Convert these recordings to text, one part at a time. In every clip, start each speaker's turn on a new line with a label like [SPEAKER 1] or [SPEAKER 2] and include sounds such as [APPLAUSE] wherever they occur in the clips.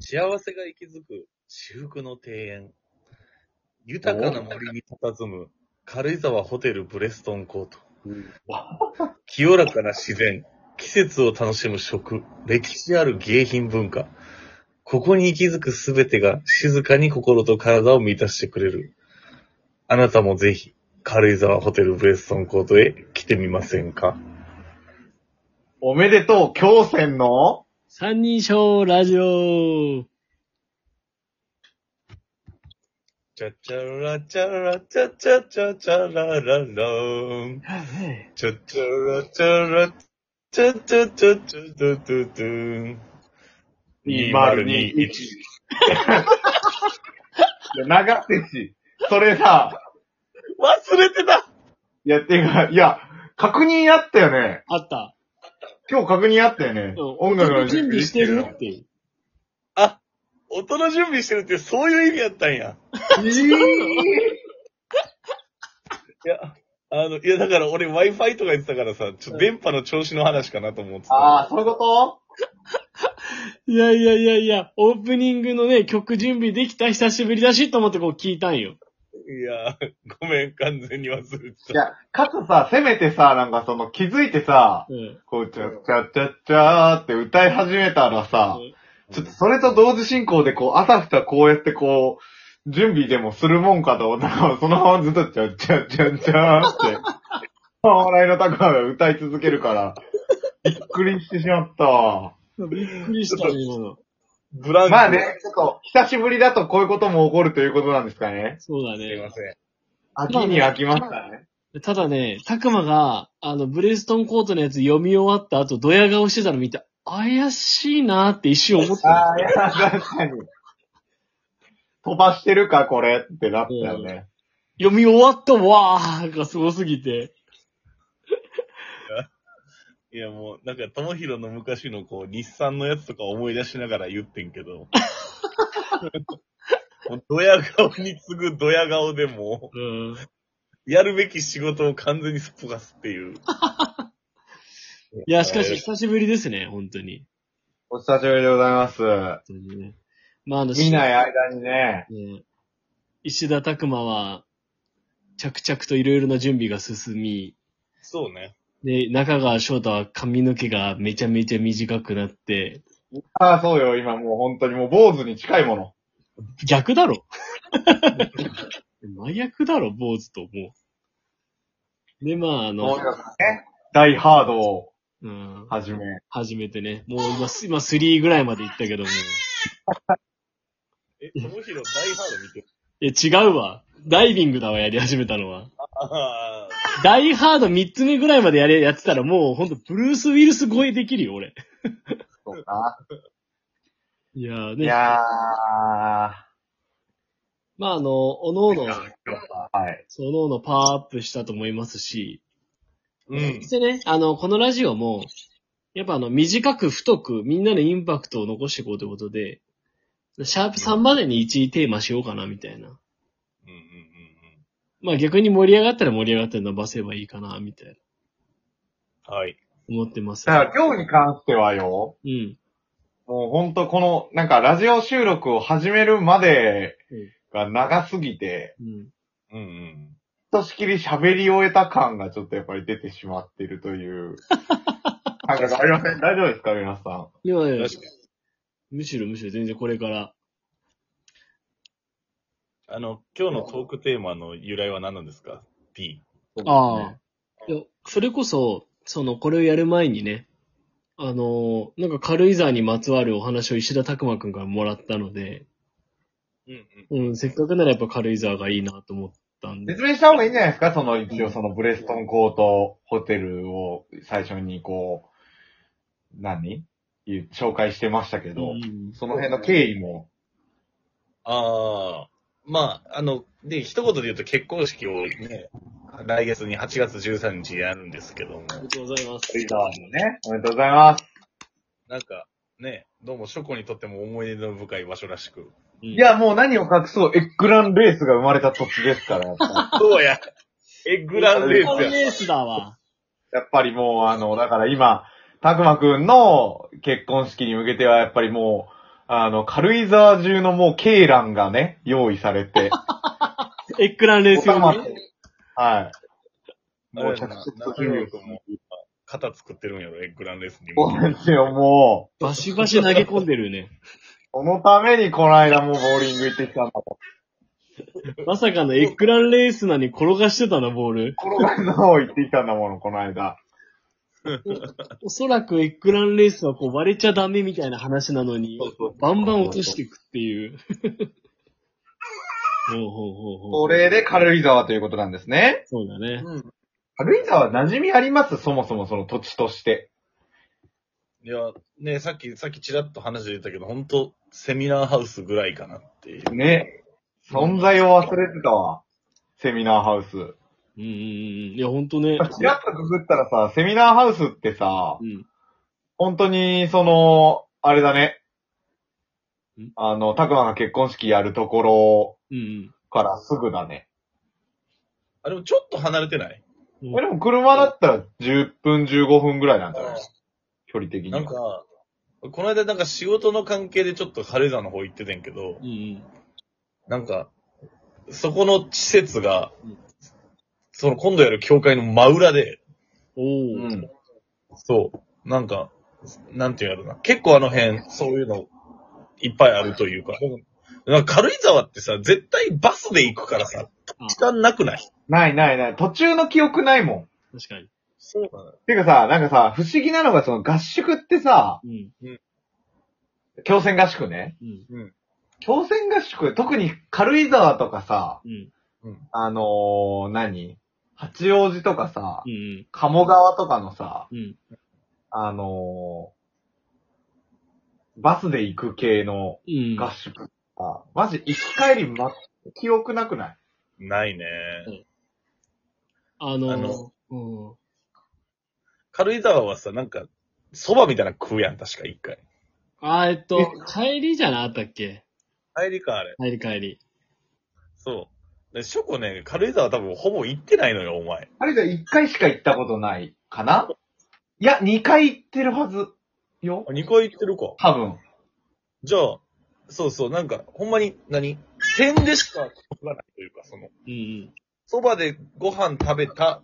[SPEAKER 1] 幸せが息づく至福の庭園。豊かな森に佇む軽井沢ホテルブレストンコート。清らかな自然、季節を楽しむ食、歴史ある芸品文化。ここに息づくすべてが静かに心と体を満たしてくれる。あなたもぜひ、軽井沢ホテルブレストンコートへ来てみませんか
[SPEAKER 2] おめでとう、京戦の
[SPEAKER 3] 三人称ラジオ
[SPEAKER 1] チャチャラチャラチャチャチャチャラララーン。チャチャラチャラチャチャチャチャチャチャチャン。
[SPEAKER 2] 2021。いや、流ってし。それさ、
[SPEAKER 1] 忘れてた
[SPEAKER 2] いや、てか、いや、確認あったよね。
[SPEAKER 3] あった。
[SPEAKER 2] 今日確認あったよね。音楽の
[SPEAKER 3] 準備してるっていう。
[SPEAKER 1] あ、音の準備してるってそういう意味やったんや。
[SPEAKER 2] えー
[SPEAKER 1] いや、あの、いやだから俺 Wi-Fi とか言ってたからさ、ちょっと電波の調子の話かなと思ってた。
[SPEAKER 2] ああ、そういうこ
[SPEAKER 3] いやいやいやいや、オープニングのね、曲準備できた久しぶりだしと思ってこう聞いたんよ。
[SPEAKER 1] いや、ごめん、完全に忘れて
[SPEAKER 2] とい
[SPEAKER 1] た。
[SPEAKER 2] や、かつさ、せめてさ、なんかその気づいてさ、
[SPEAKER 3] うん。
[SPEAKER 2] こう、ちゃっちゃっちゃっちゃーって歌い始めたらさ、ちょっとそれと同時進行でこう、あたふたこうやってこう、準備でもするもんかと思ったら、そのままずっとちゃっちゃっちゃっちゃーって、 [LAUGHS] 笑いの高が歌い続けるから、びっくりしてしまったわ。
[SPEAKER 3] びっくりした
[SPEAKER 2] [LAUGHS]
[SPEAKER 3] ね、今の。
[SPEAKER 1] ブランク。
[SPEAKER 2] まあね、ちょっと、久しぶりだとこういうことも起こるということなんですかね。
[SPEAKER 3] そうだ
[SPEAKER 1] すい
[SPEAKER 3] ね
[SPEAKER 1] ま。せん。
[SPEAKER 2] 秋に飽きましたね。
[SPEAKER 3] ただね、たくまが、あの、ブレストンコートのやつ読み終わった後、ドヤ顔してたの見て、怪しいなーって一瞬思
[SPEAKER 2] [LAUGHS]
[SPEAKER 3] った。
[SPEAKER 2] ああ、いや、確かに。飛ばしてるか、これってなったよね。
[SPEAKER 3] 読み終わったわーがすごすぎて。
[SPEAKER 1] いやもう、なんか、ともひろの昔のこう、日産のやつとか思い出しながら言ってんけ
[SPEAKER 3] [LAUGHS]
[SPEAKER 1] ど。もうドヤ顔に次ぐドヤ顔でも
[SPEAKER 3] うん。
[SPEAKER 1] う、やるべき仕事を完全にすっぽかすっていう。
[SPEAKER 3] いや、しかし久しぶりですね、本当に。
[SPEAKER 2] お久しぶりでございます。
[SPEAKER 3] 本当にね。まあ、あの、
[SPEAKER 2] 見ない間にね、
[SPEAKER 3] ね石田拓馬は、着々といろいろな準備が進み、
[SPEAKER 1] そうね。
[SPEAKER 3] で、中川翔太は髪の毛がめちゃめちゃ短くなって、
[SPEAKER 2] ああ、そうよ、今もう本当にもう坊主に近いもの。
[SPEAKER 3] 逆だろ [LAUGHS] 真逆だろ、坊主と思う。で、まあ、あ
[SPEAKER 2] 音
[SPEAKER 3] の、
[SPEAKER 2] 楽ね。大ハードを
[SPEAKER 3] うん、
[SPEAKER 2] はじめ。
[SPEAKER 3] 始めてね、もう今、す今3ぐらいまで行ったけども、
[SPEAKER 1] え、ともひろ大ハード見てる。
[SPEAKER 3] いや、違うわ。ダイビングだわ、やり始めたのは。
[SPEAKER 1] ああ、
[SPEAKER 3] ダイハード3つ目ぐらいまでやれ、やってたらもうほんとブルース・ウィルス超えできるよ、俺。
[SPEAKER 2] そうか。
[SPEAKER 3] いやー
[SPEAKER 2] い
[SPEAKER 3] ね。
[SPEAKER 2] やー。
[SPEAKER 3] まあ、あの、おのおの、
[SPEAKER 2] はい。
[SPEAKER 3] そのおのパワーアップしたと思いますし、
[SPEAKER 1] うん
[SPEAKER 3] そし。てね、あの、このラジオも、やっぱあの、短く太く、みんなのインパクトを残していこうということで、シャープ3までに1テーマしようかな、みたいな。
[SPEAKER 1] うんうんうん
[SPEAKER 3] まあ逆に盛り上がったら盛り上がったら伸ばせばいいかな、みたいな。
[SPEAKER 1] うん。はい。
[SPEAKER 3] 思ってます。
[SPEAKER 2] だから今日に関してはよ、
[SPEAKER 3] うん。
[SPEAKER 2] もう本当この、なんかラジオ収録を始めるまでが長すぎて、
[SPEAKER 3] う
[SPEAKER 1] う
[SPEAKER 3] ん。
[SPEAKER 1] んうん。
[SPEAKER 2] ひとしきり喋り終えた感がちょっとやっぱり出てしまってるという。なんかありません。大丈夫ですか皆さん。
[SPEAKER 3] いやいや
[SPEAKER 1] 確かに。
[SPEAKER 3] むしろむしろ全然これから。
[SPEAKER 1] あの、今日のトークテーマの由来は何なんですか ?P。
[SPEAKER 3] ああ。いや、それこそ、その、これをやる前にね、あのーなんか軽井沢にまつわるお話を石田拓馬くんからもらったので、
[SPEAKER 1] うんうん。
[SPEAKER 3] うん、せっかくならやっぱ軽井沢がいいなと思ったんで。
[SPEAKER 2] 説明した方がいいんじゃないですかその一応そのブレストンコートホテルを最初にこう、何いう紹介してましたけど、
[SPEAKER 3] うん
[SPEAKER 2] その辺の経緯も。
[SPEAKER 1] ああ。まあ、あの、で、一言で言うと結婚式をね、来月に8月13日やるんですけども、
[SPEAKER 3] ありがとうございます。
[SPEAKER 2] ね。おめでとうございます。
[SPEAKER 1] なんか、ね、どうも、ショコにとっても思い出の深い場所らしく。
[SPEAKER 3] うん
[SPEAKER 2] い、や、もう何を隠そう、エッグランレースが生まれた土地です [LAUGHS] から、やっぱり
[SPEAKER 1] そうや。エッグランレ
[SPEAKER 3] グラ
[SPEAKER 1] ー
[SPEAKER 3] ン
[SPEAKER 1] スや。
[SPEAKER 3] レースだわ。
[SPEAKER 2] やっぱりもう、あの、だから今、たくまくんの結婚式に向けては、やっぱりもう、あの、軽井沢中のもう、ケイランがね、用意され [LAUGHS] て、
[SPEAKER 3] エッグランレース
[SPEAKER 2] お
[SPEAKER 3] 用に
[SPEAKER 2] 玉とはい。
[SPEAKER 1] あれ
[SPEAKER 2] もう
[SPEAKER 1] や
[SPEAKER 2] 着
[SPEAKER 1] な
[SPEAKER 2] 々と準備を進めていく
[SPEAKER 1] 肩作ってるんやろ、エッグランレースに。
[SPEAKER 2] そうですよ、もう。
[SPEAKER 3] バシバシ投げ込んでるね。
[SPEAKER 2] そのためにこの間もボーリング行ってきたんだと。
[SPEAKER 3] まさかのエッグランレースなに転がしてたな、ボール。
[SPEAKER 2] 転がりの方行ってきたんだもの、この間。
[SPEAKER 3] おそらくエッグランレースはこう割れちゃダメみたいな話なのに、バンバン落としていくって
[SPEAKER 2] [LAUGHS]
[SPEAKER 3] いう。ほうほうほうほ
[SPEAKER 2] そ
[SPEAKER 3] う。
[SPEAKER 2] れで軽井沢ということなんですね。
[SPEAKER 3] そうだね。
[SPEAKER 1] うん。
[SPEAKER 2] 軽井沢馴染みありますそもそもその土地として。
[SPEAKER 1] いや、ね、さっき、さっきちらっと話で言ったけど、ほんと、セミナーハウスぐらいかなっていう。
[SPEAKER 2] ね。存在を忘れてたわ。セミナーハウス。
[SPEAKER 3] うんうんうん。いや、ほんとね。
[SPEAKER 2] ちらっとくぐったらさ、セミナーハウスってさ
[SPEAKER 3] う、ん。
[SPEAKER 2] 本当に、その、あれだね
[SPEAKER 3] ん。
[SPEAKER 2] あの、たくまが結婚式やるとこ
[SPEAKER 3] うん
[SPEAKER 2] ろからすぐだね。
[SPEAKER 1] あ、でもちょっと離れてない
[SPEAKER 3] うん。
[SPEAKER 2] えでも車だったら10分15分ぐらいなんじゃない距離的には。
[SPEAKER 1] なんか、この間なんか仕事の関係でちょっと軽井沢の方行っててんけど
[SPEAKER 3] う、ん
[SPEAKER 1] なんか、そこの施設が
[SPEAKER 3] うん、
[SPEAKER 1] その今度やる教会の真裏で、
[SPEAKER 3] うん。お
[SPEAKER 2] う
[SPEAKER 3] ー。
[SPEAKER 2] ん。
[SPEAKER 1] そう、なんか、なんていうんやろな。結構あの辺、そういうの、いっぱいあるというか。なんか軽井沢ってさ、絶対バスで行くからさ、時間なくない
[SPEAKER 2] ないないない。途中の記憶ないもん。
[SPEAKER 3] 確かに。
[SPEAKER 1] そうなの
[SPEAKER 2] ていうかさ、なんかさ、不思議なのがその合宿ってさ、
[SPEAKER 3] うん。
[SPEAKER 2] 強制合宿ね。
[SPEAKER 3] うん。
[SPEAKER 2] 強制合宿、特に軽井沢とかさ、
[SPEAKER 3] うん。
[SPEAKER 2] あのー、何八王子とかさ、
[SPEAKER 3] うん。
[SPEAKER 2] 鴨川とかのさ、
[SPEAKER 3] うん。
[SPEAKER 2] あのー、バスで行く系の
[SPEAKER 3] うん。
[SPEAKER 2] 合宿とか、マジ行き帰りま、記憶なくない
[SPEAKER 1] ないね。
[SPEAKER 3] あのー
[SPEAKER 1] あの
[SPEAKER 3] うん。
[SPEAKER 1] 軽井沢はさ、なんか、蕎麦みたいなの食うやん、確か一回。
[SPEAKER 3] あー、えっと、帰りじゃなかったっけ
[SPEAKER 1] 帰りか、あれ。
[SPEAKER 3] 帰り帰り。
[SPEAKER 1] そう。で、ショコね、軽井沢多分ほぼ行ってないのよ、お前。
[SPEAKER 2] あれじゃ一回しか行ったことないかないや、二回行ってるはずよ。
[SPEAKER 1] 2回行ってるか。
[SPEAKER 2] 多分。
[SPEAKER 1] じゃあ、そうそう、なんか、ほんまに、何点でしか食わないというか、その、
[SPEAKER 3] うんうん。
[SPEAKER 1] そばでご飯食べた、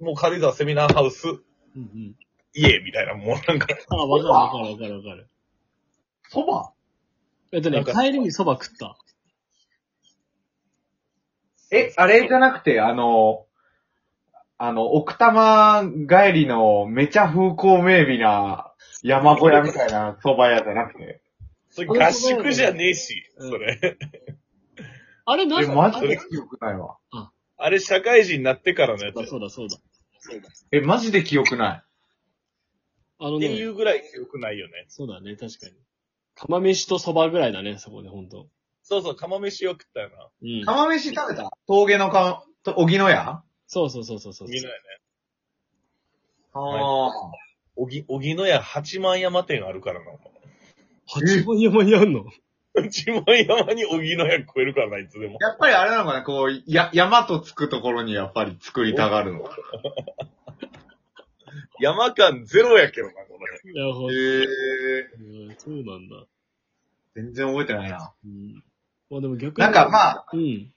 [SPEAKER 1] もう軽井沢セミナーハウス、
[SPEAKER 3] うんうん。
[SPEAKER 1] 家みたいな、もうなんか、
[SPEAKER 3] あー、わかるわかるわかるわかる。
[SPEAKER 2] そば
[SPEAKER 3] えっと
[SPEAKER 1] な
[SPEAKER 3] ね、
[SPEAKER 1] んか
[SPEAKER 3] 帰りに蕎麦食った。
[SPEAKER 2] え、あれじゃなくて、あの、あの、奥多摩帰りのめちゃ風光明媚な山小屋みたいな蕎麦屋じゃなくて。
[SPEAKER 1] それ合宿じゃねえし、それ。
[SPEAKER 3] あれな
[SPEAKER 2] え、
[SPEAKER 3] んか
[SPEAKER 2] マジで記憶ないわ。
[SPEAKER 1] あれ、社会人になってからのやつ
[SPEAKER 3] そうだ
[SPEAKER 1] や。
[SPEAKER 3] そうだそうだ。
[SPEAKER 2] え、マジで記憶ない。
[SPEAKER 3] あの
[SPEAKER 1] ってい
[SPEAKER 3] ね、
[SPEAKER 1] うぐらい記憶ないよね。
[SPEAKER 3] そうだね、確かに。釜飯と蕎麦ぐらいだね、そこで、ほんと。
[SPEAKER 1] そうそう、釜飯を食ったよな。
[SPEAKER 3] うん。
[SPEAKER 2] 釜飯食べた峠のか、と、荻野屋
[SPEAKER 3] そうそうそうそうそう。
[SPEAKER 1] みんなやね。
[SPEAKER 2] あ
[SPEAKER 1] あ。おぎ、おぎのや八幡山店あるからな、お前。
[SPEAKER 3] 八本山にあ
[SPEAKER 2] [LAUGHS]
[SPEAKER 3] んの
[SPEAKER 1] 八幡山に荻野屋食えるからな、いつでも。
[SPEAKER 2] やっぱりあれなのかなこう、や、山とつくところにやっぱり作りたがるの。
[SPEAKER 1] 山感ゼロやけどな、これ。
[SPEAKER 3] なるほど。
[SPEAKER 2] ええ
[SPEAKER 3] うんそうなんだ。
[SPEAKER 2] 全然覚えてないな。
[SPEAKER 3] うん。まあでも逆に。
[SPEAKER 2] なんかまあ、
[SPEAKER 3] うん。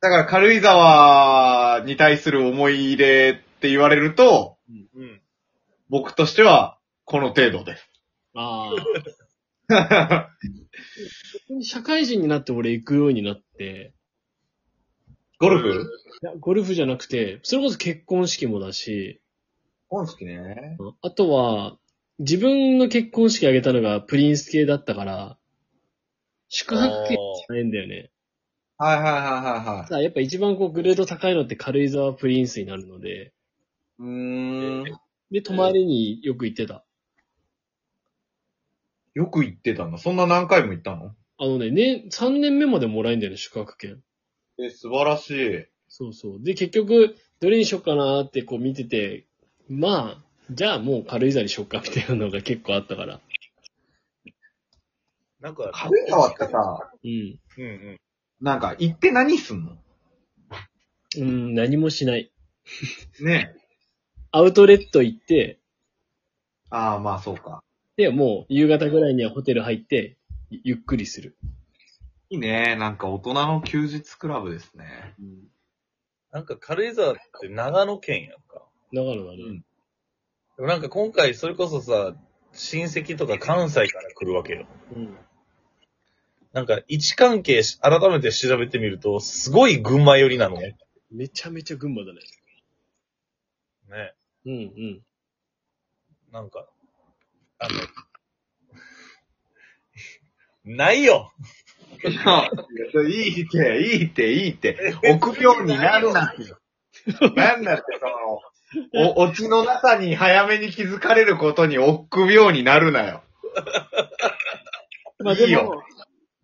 [SPEAKER 2] だから軽井沢に対する思い入れって言われると、
[SPEAKER 1] うん。
[SPEAKER 2] 僕としてはこの程度です。
[SPEAKER 3] ああ。社会人になって俺行くようになって、
[SPEAKER 2] ゴルフ
[SPEAKER 3] いやゴルフじゃなくて、それこそ結婚式もだし、
[SPEAKER 2] 本好きね。
[SPEAKER 3] あとは、自分の結婚式あげたのがプリンス系だったから、宿泊券じゃないんだよね。
[SPEAKER 2] はいはいはいはいはい
[SPEAKER 3] た。だやっぱ一番こうグレード高いのって軽井沢プリンスになるので、
[SPEAKER 2] うーん。
[SPEAKER 3] で、泊まりによく行ってた。
[SPEAKER 2] よく行ってたのそんな何回も行ったの
[SPEAKER 3] あのね、年、3年目までもらえんだよね、宿泊券。
[SPEAKER 2] え、素晴らしい。
[SPEAKER 3] そうそう。で、結局、どれにしよっかなーってこう見てて、まあ、じゃあもう軽井沢にしよっかみたいなのが結構あったから。
[SPEAKER 1] なんか、
[SPEAKER 2] 軽井沢ってさ、
[SPEAKER 3] うん。
[SPEAKER 1] うんうん。
[SPEAKER 2] なんか行って何すんの
[SPEAKER 3] うん、何もしない。
[SPEAKER 2] ねえ。
[SPEAKER 3] アウトレット行って、
[SPEAKER 2] ああ、まあそうか。
[SPEAKER 3] で、もう夕方ぐらいにはホテル入って、ゆゆっくりする。
[SPEAKER 2] いいね。なんか大人の休日クラブですね。
[SPEAKER 1] なんか軽井沢って長野県やんか。
[SPEAKER 3] 長野だね。
[SPEAKER 2] うん
[SPEAKER 1] でもなんか今回それこそさ、親戚とか関西から来るわけよ。
[SPEAKER 3] うん。
[SPEAKER 1] なんか位置関係し改めて調べてみると、すごい群馬寄りなのね。
[SPEAKER 3] めちゃめちゃ群馬だね。
[SPEAKER 1] ね。
[SPEAKER 3] うんうん。
[SPEAKER 1] なんか、あの、 [LAUGHS] ないよ
[SPEAKER 2] いや、いいって、いいって、いいって。 [LAUGHS] 臆病になんなよ。なんだって、そ [LAUGHS] の、お、オチの中に早めに気づかれることに臆病になるなよ。
[SPEAKER 3] まあ
[SPEAKER 2] いい
[SPEAKER 3] でも
[SPEAKER 2] よ、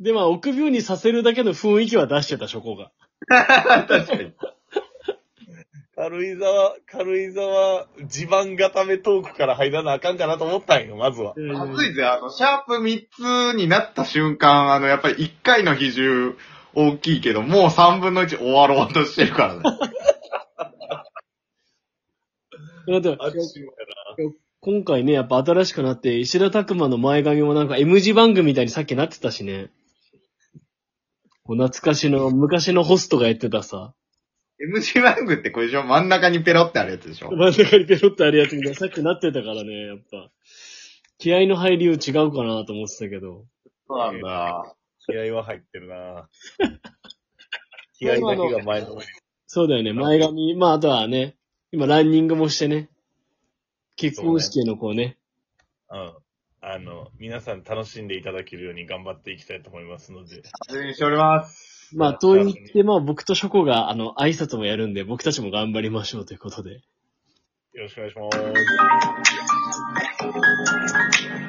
[SPEAKER 3] でも臆病にさせるだけの雰囲気は出してた、初行が。
[SPEAKER 2] [LAUGHS] 確かに。
[SPEAKER 1] 軽井沢、軽井沢、地盤固めトークから入らなあかんかなと思ったんよ、まずは。
[SPEAKER 2] 暑いぜ、あの、シャープ3つになった瞬間、あの、やっぱり1回の比重大きいけど、もう3分の1終わろうとしてる [LAUGHS] からね。
[SPEAKER 3] だって
[SPEAKER 1] あっちもや
[SPEAKER 3] 今回ね、やっぱ新しくなって、石田拓馬の前髪もなんか M 字番組みたいにさっきなってたしね。こう懐かしの、昔のホストがやってたさ、
[SPEAKER 2] MC ワングってこれでしょ真ん中にペロってあるやつでしょ
[SPEAKER 3] 真ん中にペロってあるやつみたいにさっきなってたからね、やっぱ。気合の入りよう違うかなと思ってたけど。
[SPEAKER 2] そうなんだ。
[SPEAKER 1] な気合は入ってるな気合だけが前のめり
[SPEAKER 3] そうだよね、前髪。まああとはね、今ランニングもしてね。結婚式へのこうね。
[SPEAKER 1] うん。あの、皆さん楽しんでいただけるように頑張っていきたいと思いますので。
[SPEAKER 2] 確認しております。
[SPEAKER 3] まあ、と言って、まあ僕とショコが、あの、挨拶もやるんで、僕たちも頑張りましょうということで。
[SPEAKER 1] よろしくお願いします。